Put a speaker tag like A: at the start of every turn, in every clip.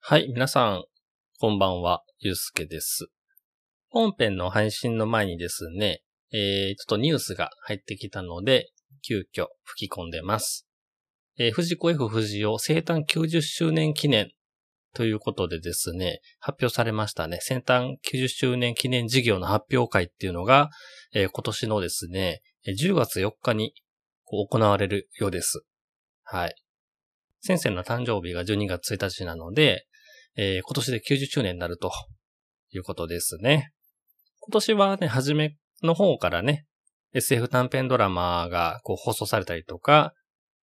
A: はい、皆さん、こんばんは、ゆうすけです。本編の配信の前にですね、えー、ちょっとニュースが入ってきたので、急遽吹き込んでます。えー、藤子 F 不二雄生誕90周年記念ということでですね、発表されましたね。生誕90周年記念事業の発表会っていうのが、えー今年のですね、えー10月4日にこう行われるようです。はい。先生の誕生日が12月1日なので、えー今年で90周年になるということですね。今年はね、初めの方からね、SF 短編ドラマがこう放送されたりとか、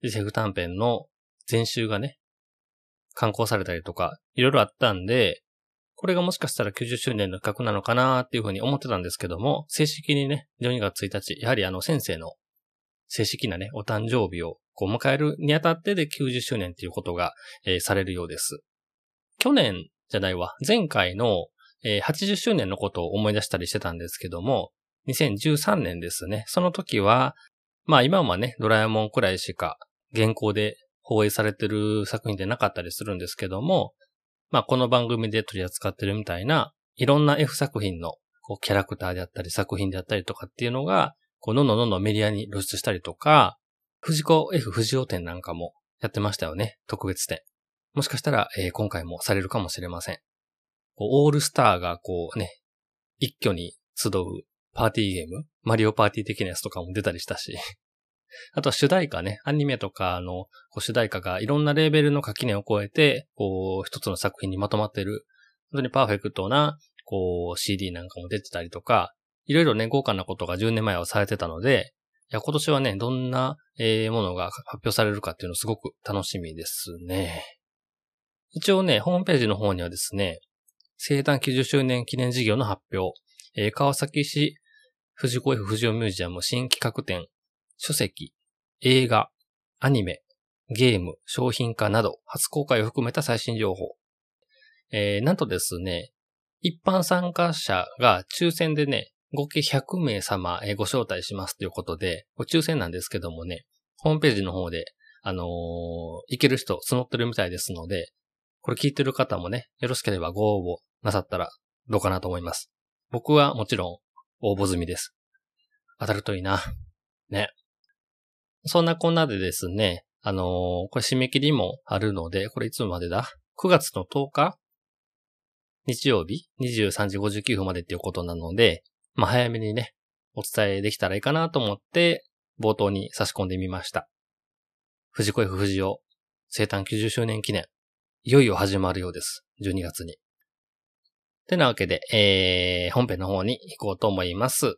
A: SF 短編の全集がね、刊行されたりとか、いろいろあったんで、これがもしかしたら90周年の企画なのかなっていうふうに思ってたんですけども、正式にね、12月1日、やはりあの先生の正式なね、お誕生日をこう迎えるにあたってで90周年っていうことが、えーされるようです。去年じゃないわ、前回の、えー80周年のことを思い出したりしてたんですけども、2013年ですね。その時は、まあ今はね、ドラえもんくらいしか現行で放映されてる作品でなかったりするんですけども、まあこの番組で取り扱ってるみたいな、いろんな F 作品のこうキャラクターであったり作品であったりとかっていうのが、こうどんどんどんどんメディアに露出したりとか、藤子 F 不二雄展なんかもやってましたよね、特別展。もしかしたら、えー今回もされるかもしれません。こうオールスターがこうね、一挙に集うパーティーゲーム、マリオパーティー的なやつとかも出たりしたし。 あとは主題歌ね、アニメとかのこう主題歌がいろんなレーベルの垣根を越えて、こう、一つの作品にまとまってる、本当にパーフェクトな、こう、CD なんかも出てたりとか、いろいろね、豪華なことが10年前はされてたので、いや、今年はね、どんな、えーものが発表されるかっていうのすごく楽しみですね。一応ね、ホームページの方にはですね、生誕90周年記念事業の発表、えー川崎市藤子 F 不二雄ミュージアム新企画展、書籍、映画、アニメ、ゲーム、商品化など、初公開を含めた最新情報。えー、なんとですね、一般参加者が抽選でね、合計100名様えーご招待しますということで、これ抽選なんですけどもね、ホームページの方で、あのー行ける人募ってるみたいですので、これ聞いてる方もね、よろしければご応募なさったらどうかなと思います。僕はもちろん応募済みです。当たるといいな。ね。そんなこんなでですね、あのーこれ締め切りもあるので、これいつまでだ ?9 月の10日日曜日23時59分までっていうことなので、まあ早めにね、お伝えできたらいいかなと思って、冒頭に差し込んでみました。藤子 F 不二雄、生誕90周年記念、いよいよ始まるようです。12月に。てなわけで、えー、本編の方に行こうと思います。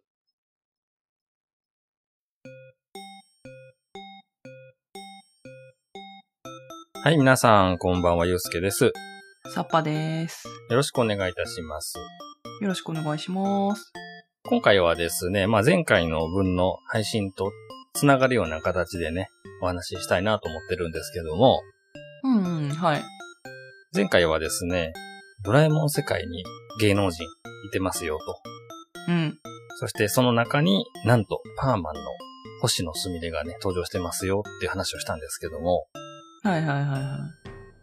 A: はい、皆さん、こんばんは、ゆうすけです。よ
B: サッパです。
A: ろしくお願いいたします。
B: よろしくお願いします。
A: 今回はですね、まあ、前回の分の配信とつながるような形でね、お話ししたいなと思ってるんですけども、
B: うんうん、はい。
A: 前回はですね、ドラえもん世界に芸能人いてますよと。
B: うん。
A: そしてその中になんとパーマンの星野すみれがね、登場してますよっていう話をしたんですけども、
B: はいはいはいは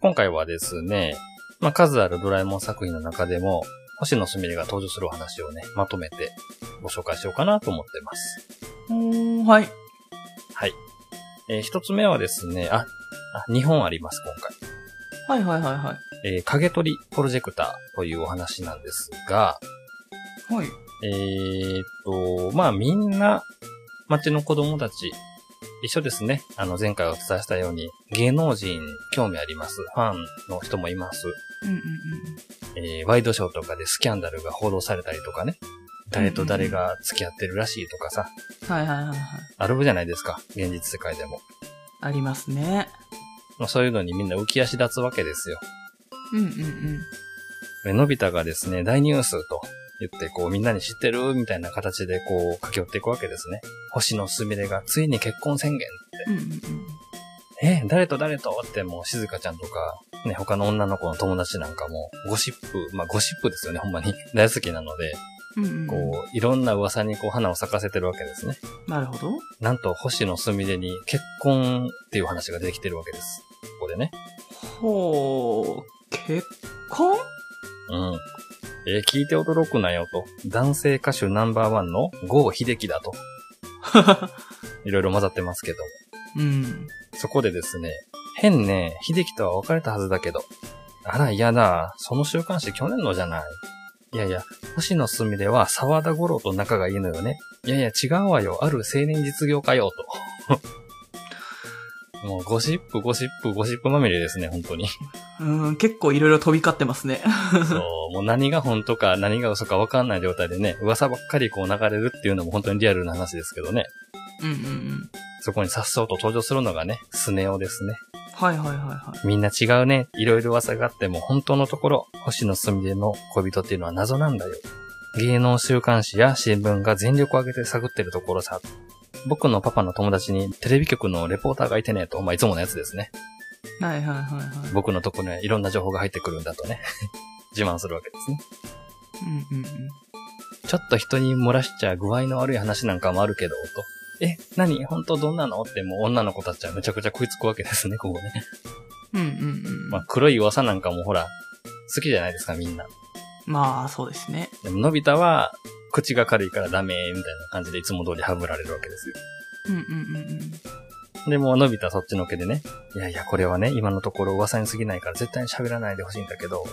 A: 今回はですね、まあ、数あるドラえもん作品の中でも、星野すみれが登場するお話をね、まとめてご紹介しようかなと思ってます。
B: い。おー、はい。
A: えー一つ目はですね、あ、あ、2本あります、今回。
B: はいはいはいは
A: えー影取りプロジェクターというお話なんですが、
B: い。はい。
A: えーっと、まあみんな、町の子供たち、一緒ですね。あの前回お伝えしたように、芸能人興味あります。ファンの人もいます。
B: うんうん
A: えーワイドショーとかでスキャンダルが報道されたりとかね。誰と誰が付き合ってるらしいとかさ、
B: うん。はいはいはいはい。
A: あるじゃないですか。現実世界でも。
B: ありますね。
A: まあ、そういうのにみんな浮き足立つわけですよ。
B: うんうんうん。
A: でのび太がですね、大ニュースと言って、こう、みんなに知ってるみたいな形で、こう、駆け寄っていくわけですね。星野すみれがついに結婚宣言
B: うんうんうん。
A: え、誰と誰とってもう静香ちゃんとか、ね、他の女の子の友達なんかも、ゴシップ、まあゴシップですよね、ほんまに。 大好きなので、
B: うんうん、
A: こう、いろんな噂にこう花を咲かせてるわけですね。
B: なるほど。
A: なんと、星野すみれに結婚っていう話ができてるわけです。ここでね。
B: ほう、結 婚
A: うん。えー聞いて驚くなよと、男性歌手ナンバーワンの郷秀樹だと、いろいろ混ざってますけど、
B: うん。
A: そこでですね、変ね、秀樹とは別れたはずだけど、あら嫌だ、その週刊誌去年のじゃない。いやいや、星野すみれは沢田五郎と仲がいいのよね。いやいや、違うわよ、ある青年実業家よ、と。 もうゴシップ、ゴシップ、ゴシップまみれですね、本当に。
B: うん、結構いろいろ飛び交ってますね。
A: そう、もう何が本当か何が嘘か分かんない状態でね、噂ばっかりこう流れるっていうのも本当にリアルな話ですけどね。
B: うんうんうん。
A: そこにさっそうと登場するのがね、スネ夫ですね。
B: はいはいはいはい。
A: みんな違うね。いろいろ噂があっても本当のところ、星野すみれの恋人っていうのは謎なんだよ。芸能週刊誌や新聞が全力を挙げて探ってるところさ。僕のパパの友達にテレビ局のレポーターがいてねと、まあ、いつものやつですね。
B: はいはいはいはい。
A: 僕のところにはいろんな情報が入ってくるんだとね。 自慢するわけですね。
B: うんうんうん。
A: ちょっと人に漏らしちゃ具合の悪い話なんかもあるけど、と。え、何本当どんなのってもう女の子たちはめちゃくちゃ食いつくわけですね、ここね。
B: うんうんうん。
A: ま
B: ま
A: あ、黒い噂なんかもほら、好きじゃないですか、みんな。
B: あ、そうですね。
A: でも、のび太は、口が軽いからダメ、みたいな感じでいつも通りはぶられるわけですよ。
B: うんうんうんうん。
A: で、もうのび太はそっちのけでね、いやいや、これはね、今のところ噂に過ぎないから絶対に喋らないでほしいんだけど、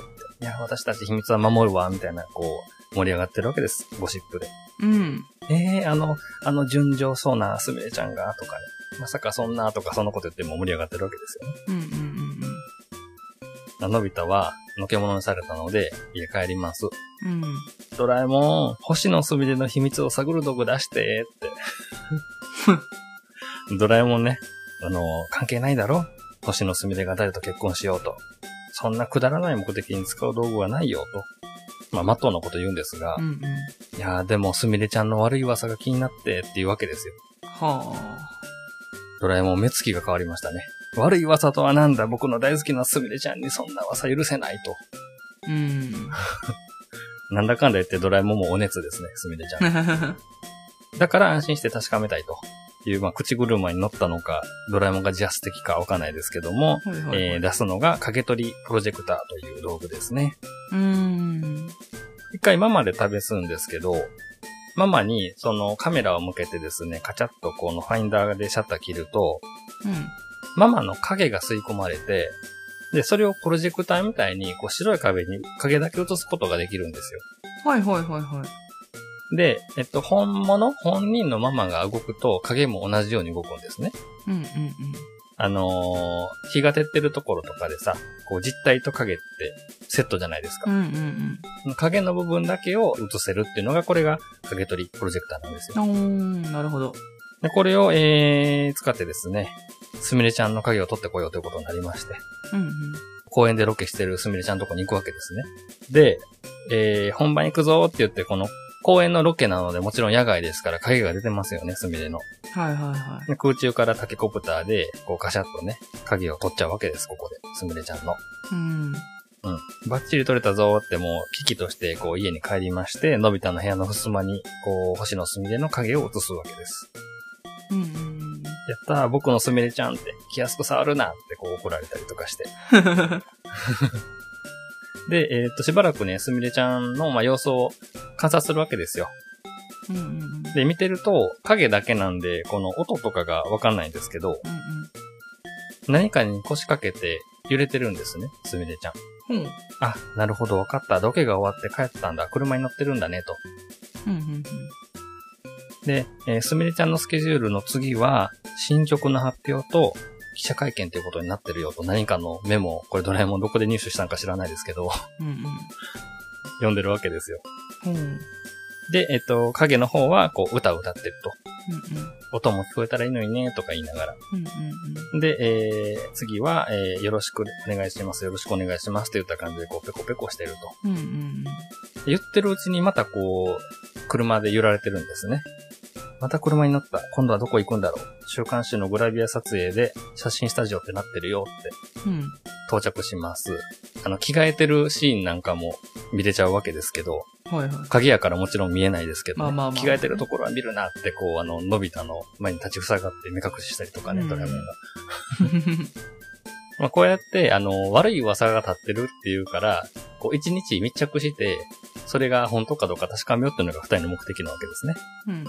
A: いや、私たち秘密は守るわ、みたいな、こう、盛り上がってるわけです、ゴシップで。
B: うん。
A: ええあの、あの純情そうなすみれちゃんが、とかね。まさかそんな、とかそのこと言っても盛り上がってるわけですよね。
B: うんうんうん
A: あのび太は、のけものにされたので、家帰ります。
B: うん。うん。
A: ドラえもん、星のすみれの秘密を探る道具出して、 って。ドラえもんね、あの、関係ないだろ星のすみれが誰と結婚しようと。そんなくだらない目的に使う道具はないよ、と。まあ、まっとうなこと言うんですが、
B: うんうん。
A: いやーでも、すみれちゃんの悪い噂が気になって、っていうわけですよ。
B: は
A: ドラえもん目つきが変わりましたね。悪い噂とはなんだ僕の大好きなすみれちゃんにそんな噂許せないと。
B: あ。うん。
A: なんだかんだ言ってドラえもんもお熱ですね、すみれちゃ。
B: うん
A: だから安心して確かめたいという、まあ、口車に乗ったのか、ドラえもんが自発的かわかんないですけども、えー、出すのが影取りプロジェクターという道具ですね。
B: ん。
A: 一回ママで試すんですけど、ママにそのカメラを向けてですね、カチャッとこのファインダーでシャッター切ると、
B: うん。
A: ママの影が吸い込まれて、で、それをプロジェクターみたいに、こう白い壁に影だけ落とすことができるんですよ。
B: はいはいはいはい。
A: で、えっと、本物、本人のママが動くと、影も同じように動くんですね。
B: うんうん
A: あのー日が照ってるところとかでさ、こう実体と影ってセットじゃないです
B: う
A: か。
B: ん。うん
A: 影の部分だけを映せるっていうのが、これが影取りプロジェクターなんですよ
B: うん。うん。おー、なるほど。
A: で、これを、えー、使ってですね、すみれちゃんの影を取ってこようということになりまして。
B: うんうん。
A: 公園でロケしてるすみれちゃんのとこに行くわけですね。で、えー、本番行くぞーって言って、この公園のロケなのでもちろん野外ですから影が出てますよね、すみれの。
B: はいはいは
A: で空中からタケコプターで、こうカシャッとね、影を取っちゃうわけです、ここで。すみれちゃんの。
B: い。うん。
A: うん。バッチリ取れたぞーってもう、危機としてこう家に帰りまして、のび太の部屋の襖に、こう、星野すみれの影を落とすわけです。
B: うんうん
A: やったー、僕のすみれちゃんって、気安く触るなってこう怒られたりとかして。
B: うん。
A: で、えーっと、しばらくね、すみれちゃんの、まあ、様子を観察するわけですよ。
B: うんうんうん。
A: で、見てると、影だけなんで、この音とかがわかんないんですけど、
B: う
A: 何かに腰掛けて揺れてるんですね、すみれちゃん。
B: んうん。
A: あ、なるほど、わかった。ロケが終わって帰ってたんだ。車に乗ってるんだね、と。
B: うんうん
A: で、えーすみれちゃんのスケジュールの次は、新曲の発表と、記者会見ということになってるよと、何かのメモを、これドラえもんどこで入手したんか知らないですけど、
B: うん。うん
A: 読んでるわけですよ。
B: うん。うんうん
A: で、えっと、影の方は、こう、歌を歌ってると。
B: うん。
A: 音も聞こえたらいいのにね、とか言いながら。
B: うんうんうん。
A: で、えー、次は、えー、よろしくお願いします、よろしくお願いしますって言った感じで、こう、ペコペコしてると。
B: うんうん
A: 言ってるうちにまたこう、車で揺られてるんですね。また車に乗った。今度はどこ行くんだろう。週刊誌のグラビア撮影で写真スタジオってなってるよって
B: うん。うん。
A: 到着します。あの、着替えてるシーンなんかも見れちゃうわけですけど、
B: はいはい。
A: 鍵やからもちろん見えないですけどね、
B: まあまあまあ
A: 着替えてるところは見るなってこう、あの、のび太の前に立ち塞がって目隠ししたりとかね、
B: うん
A: ドラえもんが。まあ、こうやって、あの、悪い噂が立ってるっていうから、こう、一日密着して、それが本当かどうか確かめようっていうのが二人の目的なわけですね。
B: うんうん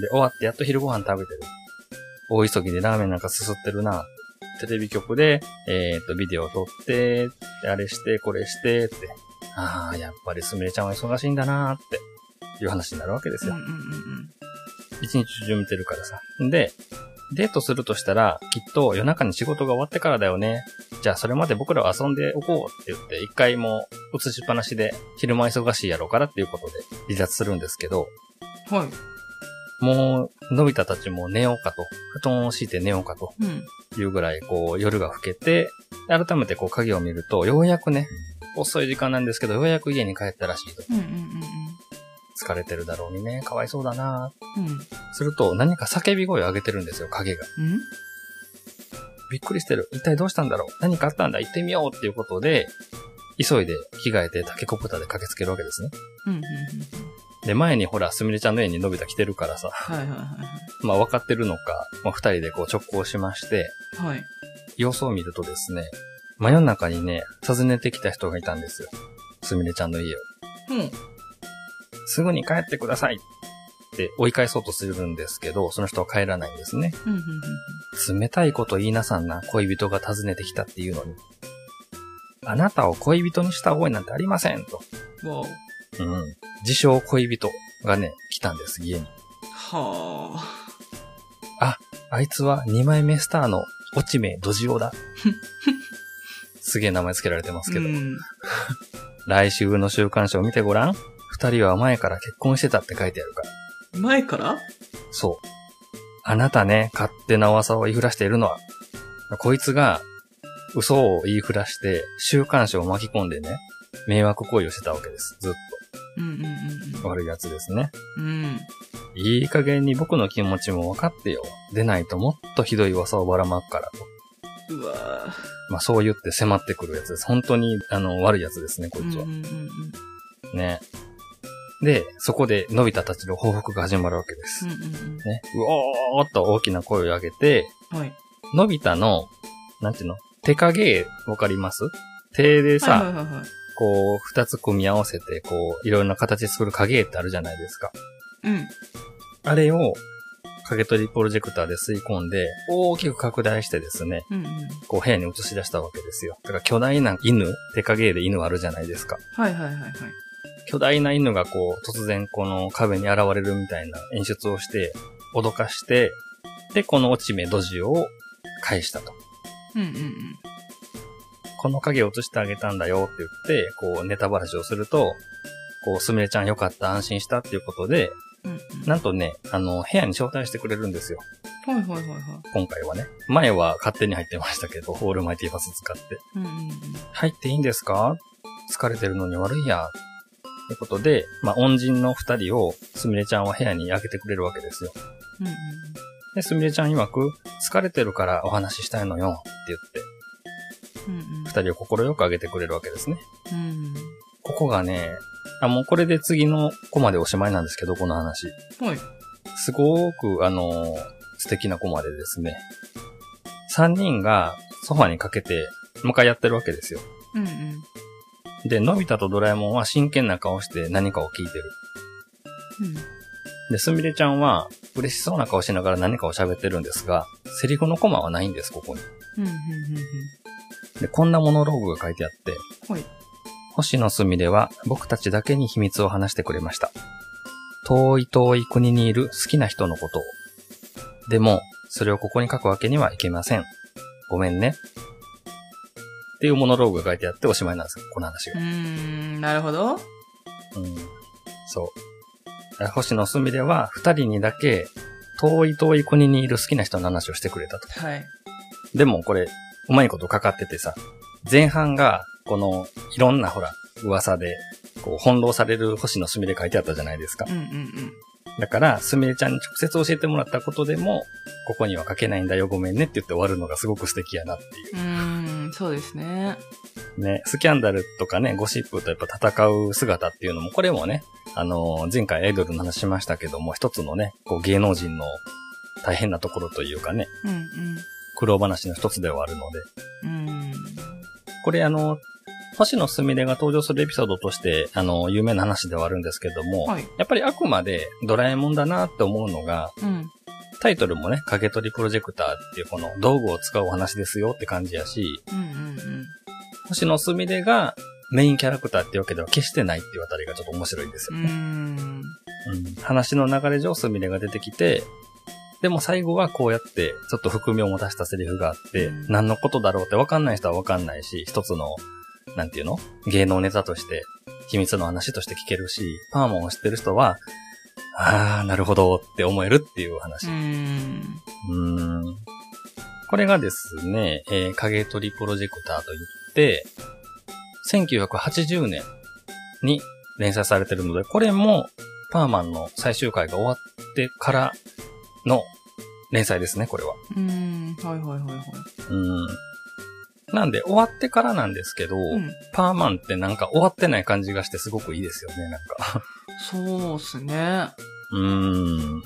A: で、終わってやっと昼ご飯食べてる。大急ぎでラーメンなんかすすってるな。テレビ局で、えっ、と、ビデオ撮って、あれして、これして、って。ああ、やっぱりすみれちゃんは忙しいんだなーって、いう話になるわけです
B: うんう
A: よ。
B: んうん
A: 一日中見てるからさ。で、デートするとしたら、きっと夜中に仕事が終わってからだよね。じゃあそれまで僕らは遊んでおこうって言って、一回も映しっぱなしで、昼間忙しいやろうからっていうことで離脱するんですけど、
B: うんはい
A: もう、のび太たちも寝ようかと、布団を敷いて寝ようかと
B: うん
A: いうぐらい、こう、夜が更けて、改めてこう、鍵を見ると、ようやくね、遅い時間なんですけど、ようやく家に帰ったらしいと。
B: うんうん
A: 疲れてるだろうにね、かわいそうだな
B: うんうん
A: すると、何か叫び声を上げてるんですよ、影が。
B: うん
A: びっくりしてる。一体どうしたんだろう何かあったんだ行ってみようっていうことで、急いで着替えて竹コプターで駆けつけるわけですね。
B: うんうんうん
A: で、前にほら、すみれちゃんの家にのび太来てるからさ、
B: はいはいは
A: まあ分かってるのか、まあ二人でこう直行しまして、
B: いはいはい
A: 様子を見るとですね、真夜中にね、訪ねてきた人がいたんですよ。すみれちゃんの家を。
B: うん
A: すぐに帰ってくださいって追い返そうとするんですけど、その人は帰らないんですね。
B: うんうん
A: 冷たいこと言いなさんな、恋人が訪ねてきたっていうのに。あなたを恋人にした覚えなんてありませんと。
B: うんわお
A: うん。自称恋人がね、来たんです、家に。
B: はあ
A: あいつは二枚目スターの落ち目ドジ オだ。すげえ名前つけられてますけど。
B: うん
A: 来週の週刊誌を見てごらん。二人は前から結婚してたって書いてあるから。
B: 前から
A: そう。あなたね、勝手な噂を言いふらしているのは、こいつが嘘を言いふらして週刊誌を巻き込んでね、迷惑行為をしてたわけです。ずっ
B: うんうん
A: と悪いやつですね。
B: うんうんうん
A: いい加減に僕の気持ちも分かってよ。出ないともっとひどい噂をばらまくからと。
B: うわぁ
A: まあそう言って迫ってくるやつです。本当に、あの、悪いやつですね、こ
B: う
A: い
B: ん
A: つ
B: う
A: は。
B: んうんうん
A: ね。で、そこで、のび太たちの報復が始まるわけです。
B: うんうん
A: ね。うおーっと大きな声を上げて、
B: うんはい
A: のび太の、なんていうの手影、わかります手でさ、
B: はいはいはいはい
A: こう、二つ組み合わせて、こう、いろんな形作る影ってあるじゃないですか。
B: うん
A: あれを、影取りプロジェクターで吸い込んで、大きく拡大してですね、
B: うんうん
A: こう部屋に映し出したわけですよ。だから巨大な犬、手影絵で犬あるじゃないですか。
B: はいはいはいはい
A: 巨大な犬がこう、突然この壁に現れるみたいな演出をして、脅かして、で、この落ち目ドジを返したと。
B: うんうんうん
A: この影を映してあげたんだよって言って、こう、ネタバラシをすると、こう、すみれちゃんよかった、安心したっていうことで、
B: うんうん
A: なんとね、あの、部屋に招待してくれるんですよ。
B: はいはいはいはい
A: 今回はね。前は勝手に入ってましたけど、ホールマイティパス使って。
B: うんうん
A: 入っていいんですか疲れてるのに悪いや。ということで、まあ、恩人の二人を、すみれちゃんは部屋に開けてくれるわけですよ。
B: うんうん
A: で、すみれちゃん曰く、疲れてるからお話ししたいのよって言って、
B: うんうん
A: 二人を心よくあげてくれるわけですね。
B: うん
A: ここがね、あ、もうこれで次のコマでおしまいなんですけど、この話。
B: はい
A: すごく、あのー素敵なコマでですね。三人がソファにかけて、向かい合ってるわけですよ。
B: うんうん
A: で、のび太とドラえもんは真剣な顔して何かを聞いてる。
B: うん
A: で、すみれちゃんは嬉しそうな顔しながら何かを喋ってるんですが、セリフのコマはないんです、ここに。
B: うんうんうん
A: で、こんなモノローグが書いてあって、
B: うんはい
A: 星野すみれは僕たちだけに秘密を話してくれました。遠い遠い国にいる好きな人のことを。でも、それをここに書くわけにはいけません。ごめんね。っていうモノローグが書いてあっておしまいなんですよ、この話
B: う
A: が。
B: ーんなるほど
A: うん。そう。星野すみれは二人にだけ遠い遠い国にいる好きな人の話をしてくれたと。
B: はい
A: でもこれ、うまいことかかっててさ、前半が、この、いろんなほら、噂で、こう、翻弄される星のすみれ書いてあったじゃないですか
B: う。んうん
A: だから、すみれちゃんに直接教えてもらったことでも、ここには書けないんだよ、ごめんねって言って終わるのがすごく素敵やなってい
B: うんうーんそうですね
A: う。ね、スキャンダルとかね、ゴシップとやっぱ戦う姿っていうのも、これもね、あのー前回アイドルの話しましたけども、一つのね、こう、芸能人の大変なところというかね、
B: うん
A: 苦労話の一つではあるので、
B: うん。
A: これあの、星野すみれが登場するエピソードとして、あの、有名な話ではあるんですけども、
B: はい。
A: やっぱりあくまでドラえもんだなって思うのが、
B: うん。
A: タイトルもね、掛け取りプロジェクターっていうこの道具を使うお話ですよって感じやし、
B: うんうんうん。
A: 星野すみれがメインキャラクターってわけでは決してないっていうあたりがちょっと面白いんです
B: う
A: よ
B: ー
A: ね。
B: ん。
A: うん話の流れ上すみれが出てきて、でも最後はこうやってちょっと含みを持たしたセリフがあって、
B: うん
A: 何のことだろうってわかんない人はわかんないし、一つの、なんていうの芸能ネタとして、秘密の話として聞けるし、パーマンを知ってる人は、あー、なるほどって思えるっていう話。
B: うーん。
A: うーんこれがですね、えー影取りプロジェクターといって、1980年に連載されてるので、これもパーマンの最終回が終わってからの連載ですね、これは。
B: うーん。はいはいはいは
A: うーんなんで、終わってからなんですけど、
B: い。うん。
A: パーマンってなんか終わってない感じがしてすごくいいですよね、なんか。
B: そうっすね。
A: うーん。
B: うん。
A: こ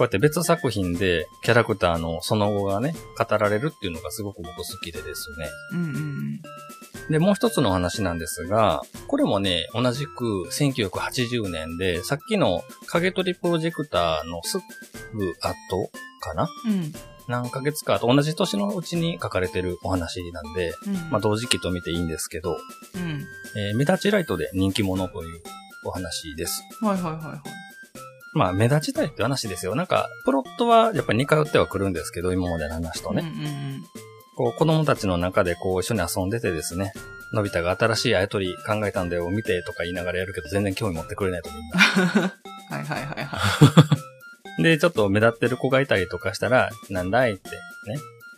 A: うやって別作品でキャラクターのその後がね、語られるっていうのがすごく僕好きでですね。
B: うんうん
A: で、もう一つの話なんですが、これもね、同じく1980年で、さっきの影取りプロジェクターのすぐ後かな
B: うん。うん。
A: 何ヶ月かと同じ年のうちに書かれてるお話なんで、
B: うん。
A: まあ同時期と見ていいんですけど、
B: うん。
A: えー目立ちライトで人気者というお話です。
B: はいはいはいはい。
A: まあ目立ちたいって話ですよ。なんか、プロットはやっぱり似通ってはくるんですけど、今までの話とね。
B: うんうん
A: こう、子供たちの中でこう、一緒に遊んでてですね、のび太が新しいあやとり考えたんだよ、見てとか言いながらやるけど、全然興味持ってくれないとみんな。
B: うん。はいはいはいは
A: で、ちょっと目立ってる子がいたりとかしたら、なんだいって、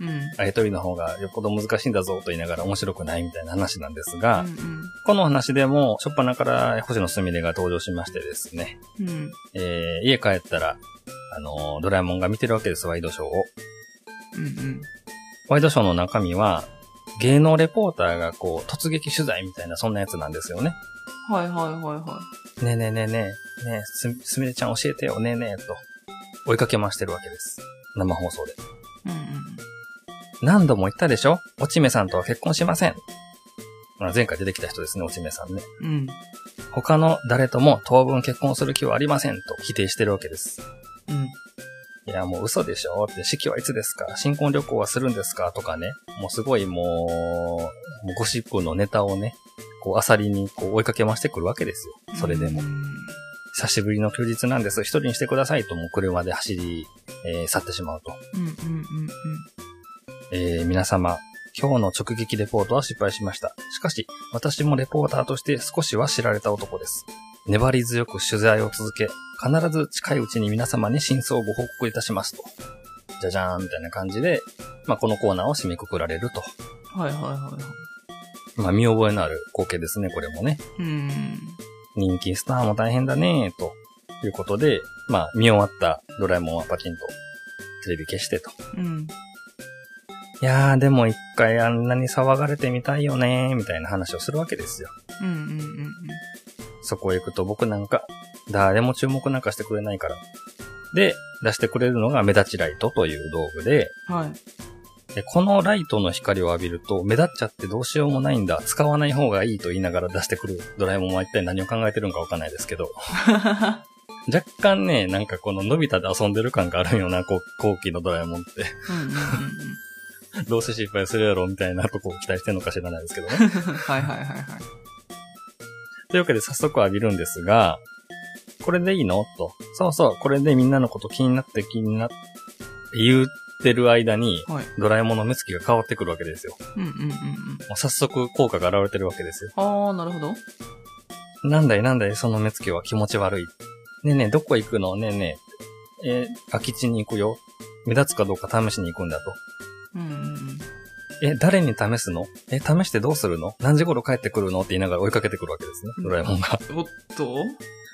A: ね、
B: い。うん。
A: あやとりの方がよっぽど難しいんだぞと言いながら面白くないみたいな話なんですが、
B: うん
A: この話でも、初っ端から星野すみれが登場しましてですね、
B: うん。うん。
A: えー、家帰ったら、あのードラえもんが見てるわけです、ワイドショーを。
B: うんうん。
A: ワイドショーの中身は、芸能レポーターがこう、突撃取材みたいな、そんなやつなんですよね。
B: はいはいはいは
A: ねえねえねえねえ、ねえ、す、すみれちゃん教えてよ、ねえねえ、と、追いかけ回してるわけです。生放送で。
B: い。うん
A: 何度も言ったでしょおちめさんとは結婚しません。あ前回出てきた人ですね、おちめさんね。
B: うん。うん。
A: 他の誰とも当分結婚する気はありません、と否定してるわけです。
B: うん。
A: いや、もう嘘でしょって、式はいつですか新婚旅行はするんですかとかね。もうすごいもう、もうゴシップのネタをね、こう、あさりにこう追いかけ回してくるわけですよ。それでも。
B: う
A: 久しぶりの休日なんです。一人にしてくださいと、もう車で走り、えー去ってしまうと。
B: んうんうんうん。
A: えー皆様、今日の直撃レポートは失敗しました。しかし、私もレポーターとして少しは知られた男です。粘り強く取材を続け、必ず近いうちに皆様に真相をご報告いたしますと。じゃじゃーんみたいな感じで、まあ、このコーナーを締めくくられると。
B: はいはいはいは
A: まあ、見覚えのある光景ですね、これもね。
B: い。うん。
A: 人気スターも大変だねーということで、まあ、見終わったドラえもんはパチンとテレビ消してと。
B: うん。
A: いやー、でも一回あんなに騒がれてみたいよねーみたいな話をするわけですよ。
B: うんうんうん
A: そこへ行くと僕なんか、誰も注目なんかしてくれないから。で、出してくれるのが目立ちライトという道具で、
B: うん。はい。
A: でこのライトの光を浴びると目立っちゃってどうしようもないんだ、使わない方がいいと言いながら出してくるドラえもんは一体何を考えてるのかわかんないですけど、若干ね、なんかこののび太で遊んでる感があるような、こう、後期のドラえもんって、
B: うんうんうん
A: どうせ失敗するやろみたいなとこを期待してるのか知らないですけどね。
B: うん。はいはいはいはい。
A: というわけで早速浴びるんですが、これでいいのと。そうそう、これでみんなのこと気になって気になって言ってる間に、
B: はい。
A: ドラえもんの目つきが変わってくるわけですよ。
B: うんうんうんうん。
A: もう早速効果が現れてるわけですよ。
B: ああ、なるほど。
A: なんだいなんだいその目つきは気持ち悪い。ねえねえ、どこ行くのねえねえ。えー空き地に行くよ。目立つかどうか試しに行くんだと。
B: うんうん
A: え、誰に試すのえ、試してどうするの何時頃帰ってくるのって言いながら追いかけてくるわけですね。ドラえもんが。
B: うん。おっと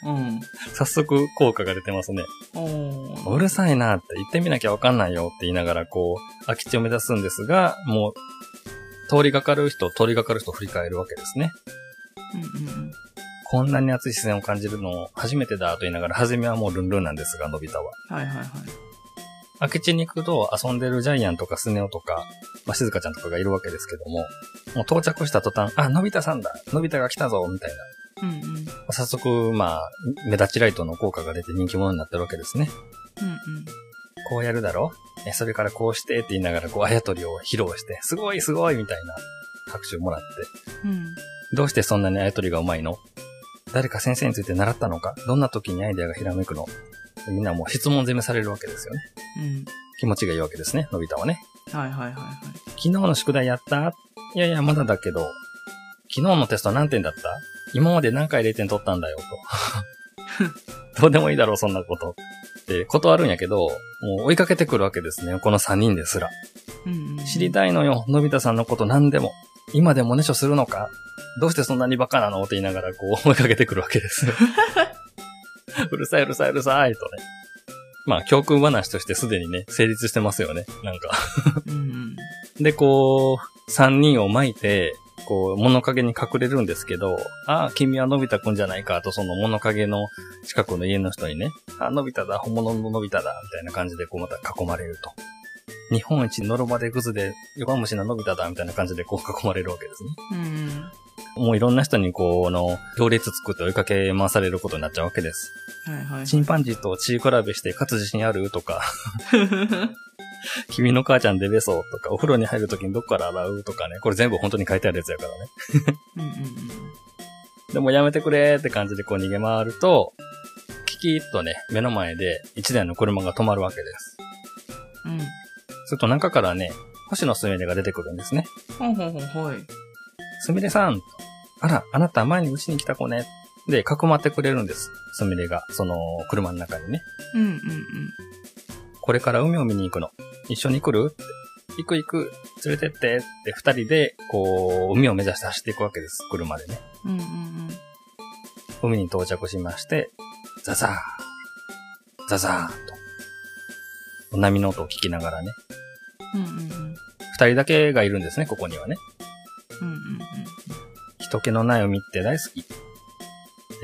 B: うん。
A: 早速効果が出てますね。
B: おー
A: うるさいなって言ってみなきゃわかんないよって言いながらこう、空き地を目指すんですが、もう、通りがかる人、通りがかる人を振り返るわけですね。
B: うんうん
A: こんなに熱い視線を感じるの初めてだと言いながら、初めはもうルンルンなんですが、のび太は。
B: うん。はいはいはい。
A: 空き地に行くと遊んでるジャイアンとかスネ夫とか、まあ、静香ちゃんとかがいるわけですけども、もう到着した途端、あ、のび太さんだのび太が来たぞみたいな。
B: うんうん。うんうん。
A: まあ早速、まあ、目立ちライトの効果が出て人気者になってるわけですね。こうやるだろえそれからこうしてって言いながら、こう、あやとりを披露して、すごいすごいみたいな拍手をもらって、
B: うん。
A: どうしてそんなにあやとりがうまいの誰か先生について習ったのかどんな時にアイデアがひらめくのみんなもう質問攻めされるわけですよね。
B: うん。
A: 気持ちがいいわけですね、のび太はね。
B: はいはいはいは
A: 昨日の宿題やったいやいや、まだだけど、昨日のテスト何点だった今まで何回0点取ったんだよ、と。 どうでもいいだろう、そんなこと。って断るんやけど、もう追いかけてくるわけですね、この3人ですら。
B: い。うんうん。
A: 知りたいのよ、のび太さんのこと何でも。今でもねしょするのかどうしてそんなにバカなのって言いながら、こう、追いかけてくるわけです。 うるさい、うるさい、うるさい、とね。まあ、教訓話としてすでにね、成立してますよね。なんか。
B: うん
A: で、こう、三人を巻いて、こう、物陰に隠れるんですけど、ああ、君はのび太くんじゃないか、とその物陰の近くの家の人にね、ああ、のび太だ、本物ののび太だ、みたいな感じでこうまた囲まれると。日本一のろまでグズで弱虫なのび太だ、みたいな感じでこう囲まれるわけですね。
B: うん。うん
A: もういろんな人にこう、あの、行列作って追いかけ回されることになっちゃうわけです。
B: うん。はいはい。
A: チンパンジーと血比べして勝つ自信あるとか、
B: う
A: 君の母ちゃんでべそうとか、お風呂に入るときにどっから洗うとかね、これ全部本当に書いてあるやつやからね。
B: んうん
A: でもやめてくれーって感じでこう逃げ回ると、キキッとね、目の前で一台の車が止まるわけです。
B: うん。うん。
A: すると中からね、星野すみれが出てくるんですね。
B: ほんほんほんはい。
A: すみれさんあら、あなた前にうちに来た子ね。で、かくまってくれるんです。すみれが、その、車の中にね。
B: うんうん
A: これから海を見に行くの。一緒に来るって行く行く、連れてってって二人で、こう、海を目指して走っていくわけです。車でね。
B: うん。うんうん
A: 海に到着しまして、ザザー、ザザーと、波の音を聞きながらね、
B: うん。うんうんうん。
A: 二人だけがいるんですね、ここにはね。
B: うんうん
A: 人気のない海って大好き。って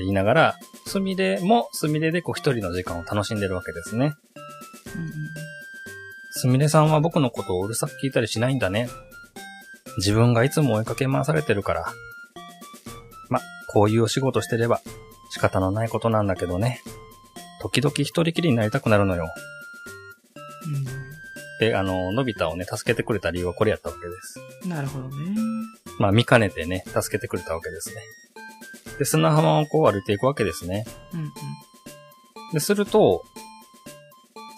A: 言いながら、スミレもスミレでこう一人の時間を楽しんでるわけですね。すみれさんは僕のことをうるさく聞いたりしないんだね。自分がいつも追いかけ回されてるから。ま、こういうお仕事してれば仕方のないことなんだけどね。時々一人きりになりたくなるのよ。
B: うん
A: で、あの、のび太をね、助けてくれた理由はこれやったわけです。
B: うん。なるほどね。
A: まあ、見かねてね、助けてくれたわけですね。で、砂浜をこう歩いていくわけですね。
B: うんうん。
A: で、すると、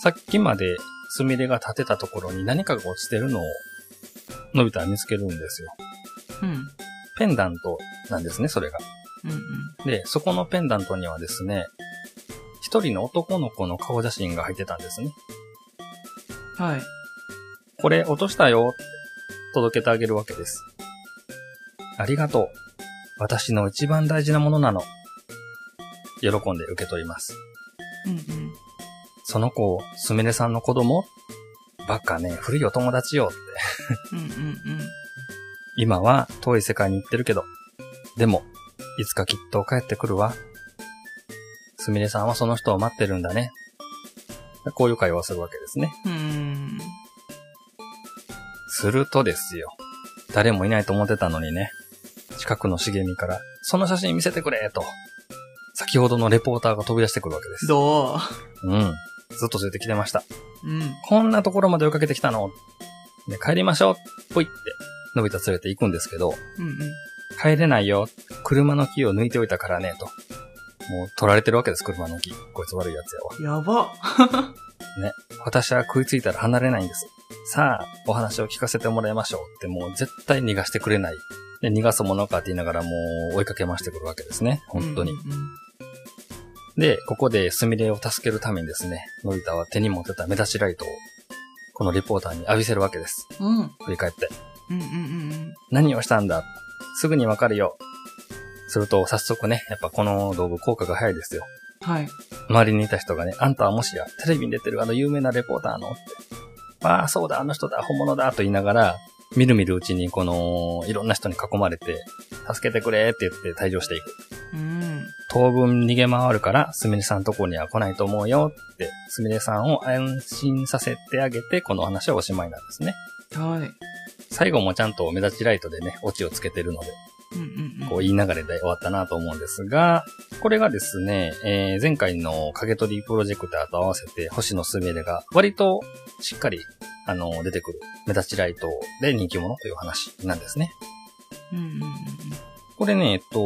A: さっきまでスミレが立てたところに何かが落ちてるのを、のび太は見つけるんですよ。
B: うん
A: ペンダントなんですね、それが。
B: うん
A: で、そこのペンダントにはですね、一人の男の子の顔写真が入ってたんですね。
B: うん。はい。
A: これ落としたよ。届けてあげるわけです。ありがとう。私の一番大事なものなの。喜んで受け取ります。
B: うんうん。
A: その子、すみれさんの子供ばっかね、古いお友達よって。
B: うんうんうん。
A: 今は遠い世界に行ってるけど。でも、いつかきっと帰ってくるわ。すみれさんはその人を待ってるんだね。こういう会話をするわけですね。
B: うーん。
A: するとですよ。誰もいないと思ってたのにね。近くの茂みから、その写真見せてくれと。先ほどのレポーターが飛び出してくるわけです。
B: ど
A: うん。ずっとついてきてました。
B: ううん。
A: こんなところまで追いかけてきたの。ね、帰りましょう。ぽいって、のび太連れて行くんですけど、
B: うんうん。
A: 帰れないよ。車の木を抜いておいたからね、と。もう取られてるわけです、車の木。こいつ悪いやつやわ。
B: やば。
A: 私は食いついたら離れないんです。さあ、お話を聞かせてもらいましょうって、もう絶対逃がしてくれない。で、逃がすものかって言いながらもう追いかけましてくるわけですね。本当に。
B: うんうんうん
A: で、ここでスミレを助けるためにですね、のび太は手に持ってた目立ちライトを、このリポーターに浴びせるわけです。
B: うん。
A: 振り返って。
B: うんうんうん
A: 何をしたんだすぐにわかるよ。すると、早速ね、やっぱこの道具効果が早いですよ。
B: うん。はい。
A: 周りにいた人がね、あんたはもしや、テレビに出てるあの有名なレポーターのって。ああ、そうだ、あの人だ、本物だ、と言いながら、みるみるうちに、この、いろんな人に囲まれて、助けてくれって言って退場していく。
B: うん。
A: 当分逃げ回るから、すみれさんとこには来ないと思うよって、すみれさんを安心させてあげて、この話はおしまいなんですね。
B: はい。
A: 最後もちゃんと目立ちライトでね、オチをつけてるので、
B: うんうんうん。
A: こう言い流れで終わったなと思うんですが、これがですね、えー前回の影取りプロジェクターと合わせて星野すみれが割としっかり、あの、出てくる目立ちライトで人気者という話なんですね。
B: うんうんうんうん。
A: これね、えっと、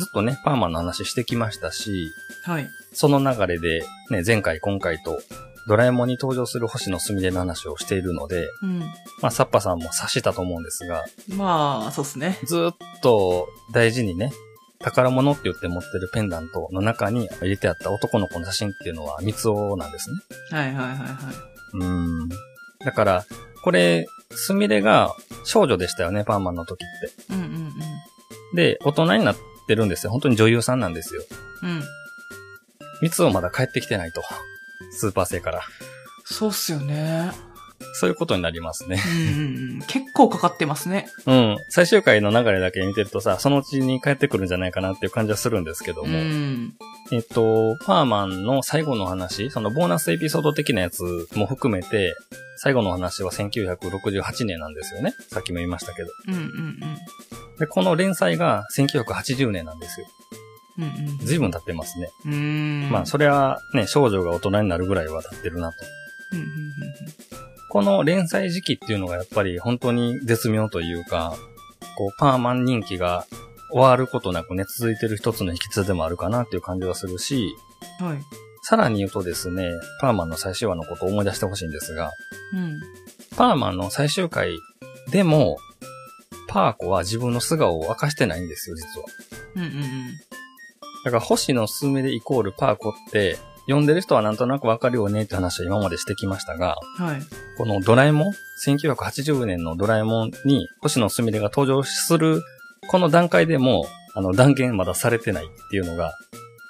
A: ずっとね、パーマンの話してきましたし、
B: はい。
A: その流れで、ね、前回今回と、ドラえもんに登場する星野すみれの話をしているので、
B: うん。
A: まあ、サッパさんも察したと思うんですが、
B: まあ、そうっすね。
A: ずーっと大事にね、宝物って言って持ってるペンダントの中に入れてあった男の子の写真っていうのは三つ男なんですね。
B: はいはいはいはい。
A: うん。だから、これ、すみれが少女でしたよね、パーマンの時って。
B: うんうんうん。
A: で、大人になってるんですよ。本当に女優さんなんですよ。
B: うん。
A: 三つをまだ帰ってきてないと。スーパー生から。
B: そうっすよね。
A: そういうことになりますね。
B: うんうんうん。結構かかってますね。
A: うん。最終回の流れだけ見てるとさ、そのうちに帰ってくるんじゃないかなっていう感じはするんですけど
B: う
A: も。
B: ん。
A: えっと、パーマンの最後の話、そのボーナスエピソード的なやつも含めて、最後の話は1968年なんですよね。さっきも言いましたけど。
B: うんうんうん。
A: で、この連載が1980年なんですよ。
B: うんうん。
A: 随分経ってますね。
B: うーん。
A: まあ、それはね、少女が大人になるぐらいは経ってるなと。
B: うんうんうん
A: この連載時期っていうのがやっぱり本当に絶妙というか、こう、パーマン人気が終わることなくね、続いてる一つの秘訣でもあるかなっていう感じはするし、
B: うん。はい。
A: さらに言うとですね、パーマンの最終話のことを思い出してほしいんですが、
B: うん。
A: パーマンの最終回でも、パーコは自分の素顔を明かしてないんですよ、実は。
B: うんうんうん。
A: だから、星のすすめでイコールパーコって、呼んでる人はなんとなくわかるよねって話を今までしてきましたが、
B: はい。
A: このドラえもん、1980年のドラえもんに星野すみれが登場する、この段階でも、あの、断言まだされてないっていうのが、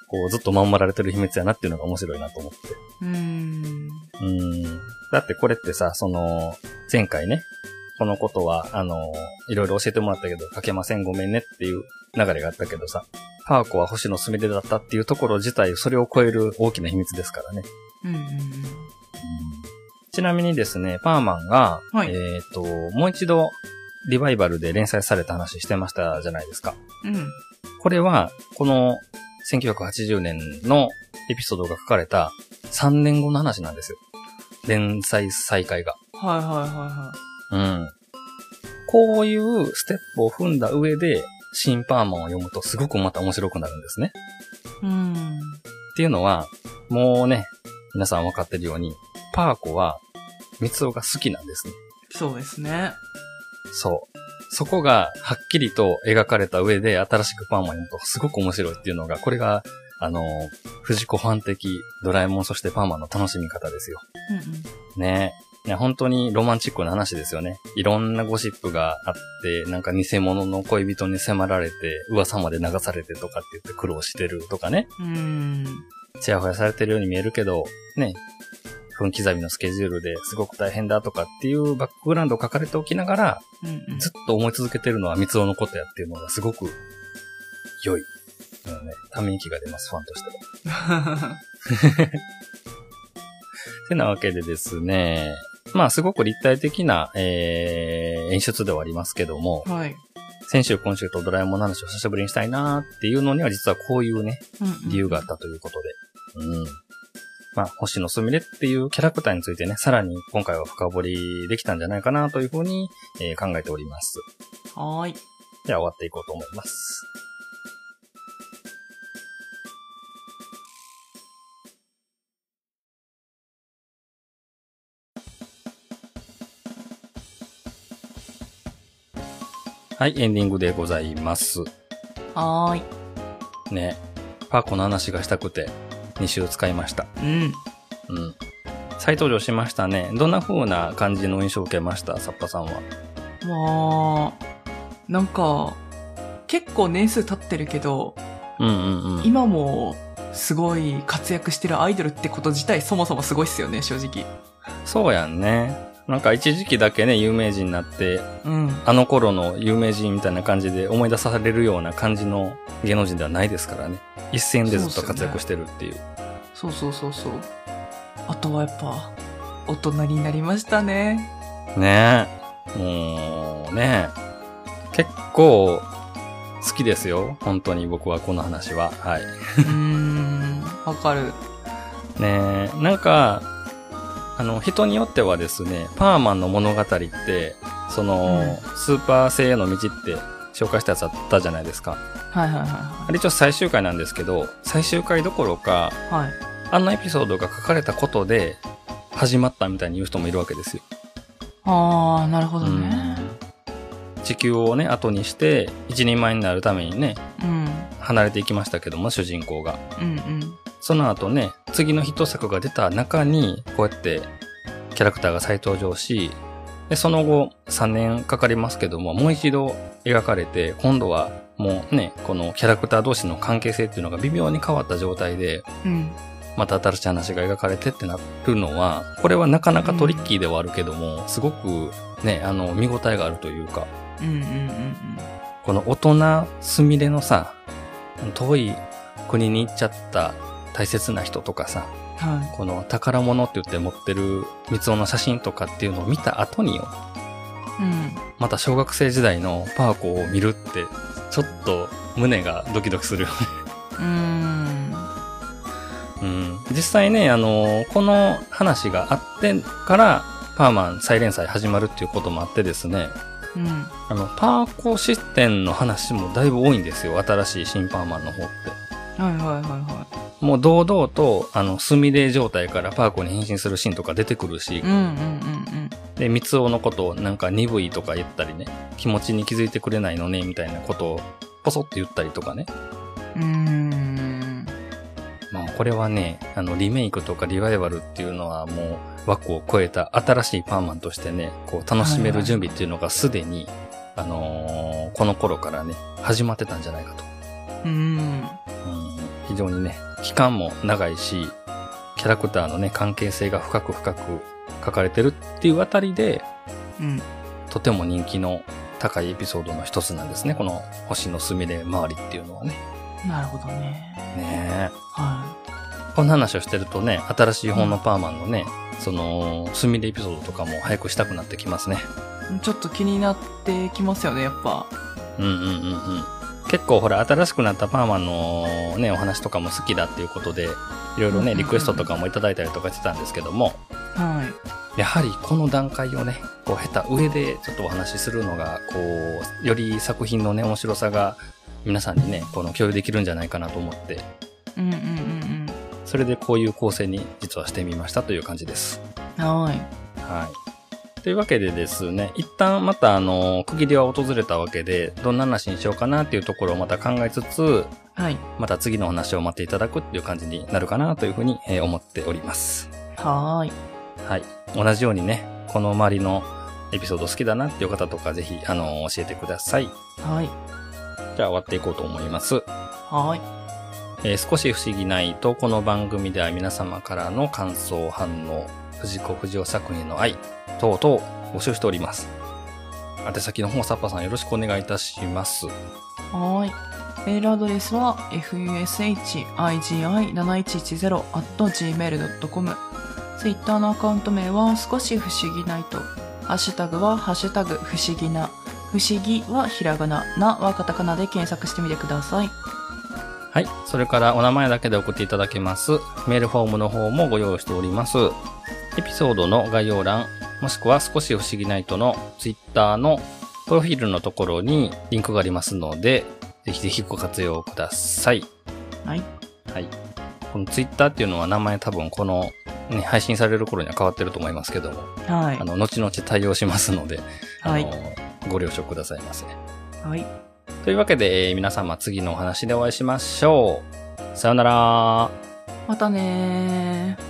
A: こう、ずっと守られてる秘密やなっていうのが面白いなと思って。
B: うーん。
A: うーん。だってこれってさ、その、前回ね、このことは、あの、いろいろ教えてもらったけど、書けませんごめんねっていう流れがあったけどさ、パーコは星野すみれだったっていうところ自体、それを超える大きな秘密ですからね。
B: うんうん
A: ちなみにですね、パーマンが、
B: はい
A: えっ、と、もう一度、リバイバルで連載された話してましたじゃないですか。
B: うん。うん。
A: これは、この1980年のエピソードが書かれた3年後の話なんですよ。連載再開が。
B: はいはいは
A: うん。こういうステップを踏んだ上で、新パーマンを読むとすごくまた面白くなるんですね。
B: いはい。うん。
A: っていうのは、もうね、皆さん分かってるように、パーコは、三つが好きなんですね。
B: そうですね。
A: そう。そこがはっきりと描かれた上で新しくパーマン読むとすごく面白いっていうのが、これが、あの、藤子ファン的ドラえもんそしてパーマンの楽しみ方ですよ。
B: うん
A: ねえ。ね本当にロマンチックな話ですよね。いろんなゴシップがあって、なんか偽物の恋人に迫られて、噂まで流されてとかって言って苦労してるとかね。
B: うん。うーん。
A: ちやほやされてるように見えるけど、ね、分刻みのスケジュールですごく大変だとかっていうバックグラウンドを書かれておきながら、
B: うんうん。
A: ずっと思い続けてるのは三つのことやっていうのがすごく良い。あのね、ため息が出ます、ファンとしては。てなわけでですね、まあすごく立体的な、えー、演出ではありますけども、
B: はい。
A: 先週今週とドラえもんの話を久しぶりにしたいなーっていうのには実はこういうね、理由があったということで。うん。まあ、星野すみれっていうキャラクターについてね、さらに今回は深掘りできたんじゃないかなというふうに、えー考えております。
B: た。はーい。
A: では終わっていこうと思います。はい、エンディングでございます。
B: は
A: ね。パーコの話がしたくて、2週使いました。
B: ーい。うん。
A: うん。再登場しましたね。どんな風な感じの印象を受けましたサッパさんは。
B: まあ、なんか、結構年数経ってるけど、
A: うんうんうん。
B: 今もすごい活躍してるアイドルってこと自体そもそもすごいっすよね、正直。
A: そうやんね。なんか一時期だけね、有名人になって、
B: うん。
A: あの頃の有名人みたいな感じで思い出されるような感じの芸能人ではないですからね。一戦でずっと活躍してるっていう。
B: そうそうそうそう。あとはやっぱ、大人になりましたね。
A: ねえ。もうねえ。結構好きですよ。本当に僕はこの話は。はい。
B: うーん。わかる。
A: ねえ。なんか、あの、人によってはですね、パーマンの物語って、その、スーパー性への道って紹介したやつあったじゃないですか。
B: はいはいは
A: あれ一応最終回なんですけど、最終回どころか、
B: いはい。はい。
A: あんなエピソードが書かれたことで、始まったみたいに言う人もいるわけですよ。
B: ああ、なるほどね。
A: 地球をね、後にして、一人前になるためにね、
B: うん。
A: 離れていきましたけども、主人公が。
B: うんうん。
A: その後ね、次のヒット作が出た中に、こうやって、キャラクターが再登場し、で、その後、3年かかりますけども、もう一度描かれて、今度は、もうね、このキャラクター同士の関係性っていうのが微妙に変わった状態で、
B: うん。
A: また新しい話が描かれてってなるのは、これはなかなかトリッキーではあるけども、すごくね、あの、見応えがあるというか、
B: うんうんうん
A: この大人すみれのさ、遠い国に行っちゃった大切な人とかさ、
B: うん。はい。
A: この宝物って言って持ってる三つの写真とかっていうのを見た後によ、
B: うん。
A: また小学生時代のパーコを見るって、ちょっと胸がドキドキするよね。
B: うーん。
A: うん、実際ね、あの、この話があってから、パーマン再連載始まるっていうこともあってですね、
B: うん。
A: あの、パーコシステムの話もだいぶ多いんですよ、新しい新パーマンの方って。
B: はいはいはいは
A: もう堂々と、あの、スミレ状態からパーコに変身するシーンとか出てくるし
B: い。う、んうんうん
A: で、三つのことをなんか鈍いとか言ったりね、気持ちに気づいてくれないのね、みたいなことをポソって言ったりとかね。
B: うん。うーん。
A: まあ、これはね、あの、リメイクとかリバイバルっていうのはもう枠を超えた新しいパーマンとしてね、こう楽しめる準備っていうのがすでに、あのーこの頃からね、始まってたんじゃないかと。
B: うん。
A: うん非常にね、期間も長いし、キャラクターのね、関係性が深く深く書かれてるっていうあたりで、
B: うん。
A: とても人気の高いエピソードの一つなんですね。この星のすみれ周りっていうのはね。
B: なるほどね。
A: ねえ。
B: は
A: この話をしてるとね、新しい方のパーマンのね、その、すみれエピソードとかも早くしたくなってきますね。
B: い。ちょっと気になってきますよね、やっぱ。
A: うんうんうんうん。結構ほら、新しくなったパーマンのね、お話とかも好きだっていうことで、いろいろね、リクエストとかもいただいたりとかしてたんですけども、
B: はい。
A: やはりこの段階をね、こう、下手上でちょっとお話しするのが、こう、より作品のね、面白さが、皆さんにね、この共有できるんじゃないかなと思って、
B: うんうんうん
A: それでこういう構成に実はしてみましたという感じです。
B: うん。はい。
A: はい。というわけでですね、一旦またあの、区切りは訪れたわけで、どんな話にしようかなっていうところをまた考えつつ、
B: はい。
A: また次のお話を待っていただくっていう感じになるかなというふうにえー思っております。
B: はーい。
A: はい。同じようにね、この周りのエピソード好きだなっていう方とか、ぜひ、あの、教えてください。
B: はい。
A: じゃあ終わっていこうと思います。
B: はーい。
A: えー少し不思議ないと、この番組では皆様からの感想、反応、藤子不二雄作品への愛、等々募集しております。宛先の方、サッパさんよろしくお願いいたします。
B: はーい。メールアドレスは fushigi7110.gmail.com ツイッターのアカウント名は少し不思議ないと。ハッシュタグはハッシュタグ不思議な。不思議はひらがな。なはカタカナで検索してみてください。
A: はい。それからお名前だけで送っていただけます。メールフォームの方もご用意しております。エピソードの概要欄、もしくは少し不思議ナイトの Twitter のプロフィールのところにリンクがありますので、ぜひぜひご活用ください。
B: はい。
A: はい。この Twitter っていうのは名前多分この、ね、配信される頃には変わってると思いますけども、
B: は
A: あの、後々対応しますので、あの、
B: はい
A: ご了承くださいませ。
B: い。はい。
A: というわけで、えー皆様次のお話でお会いしましょう。さようなら。
B: またねー。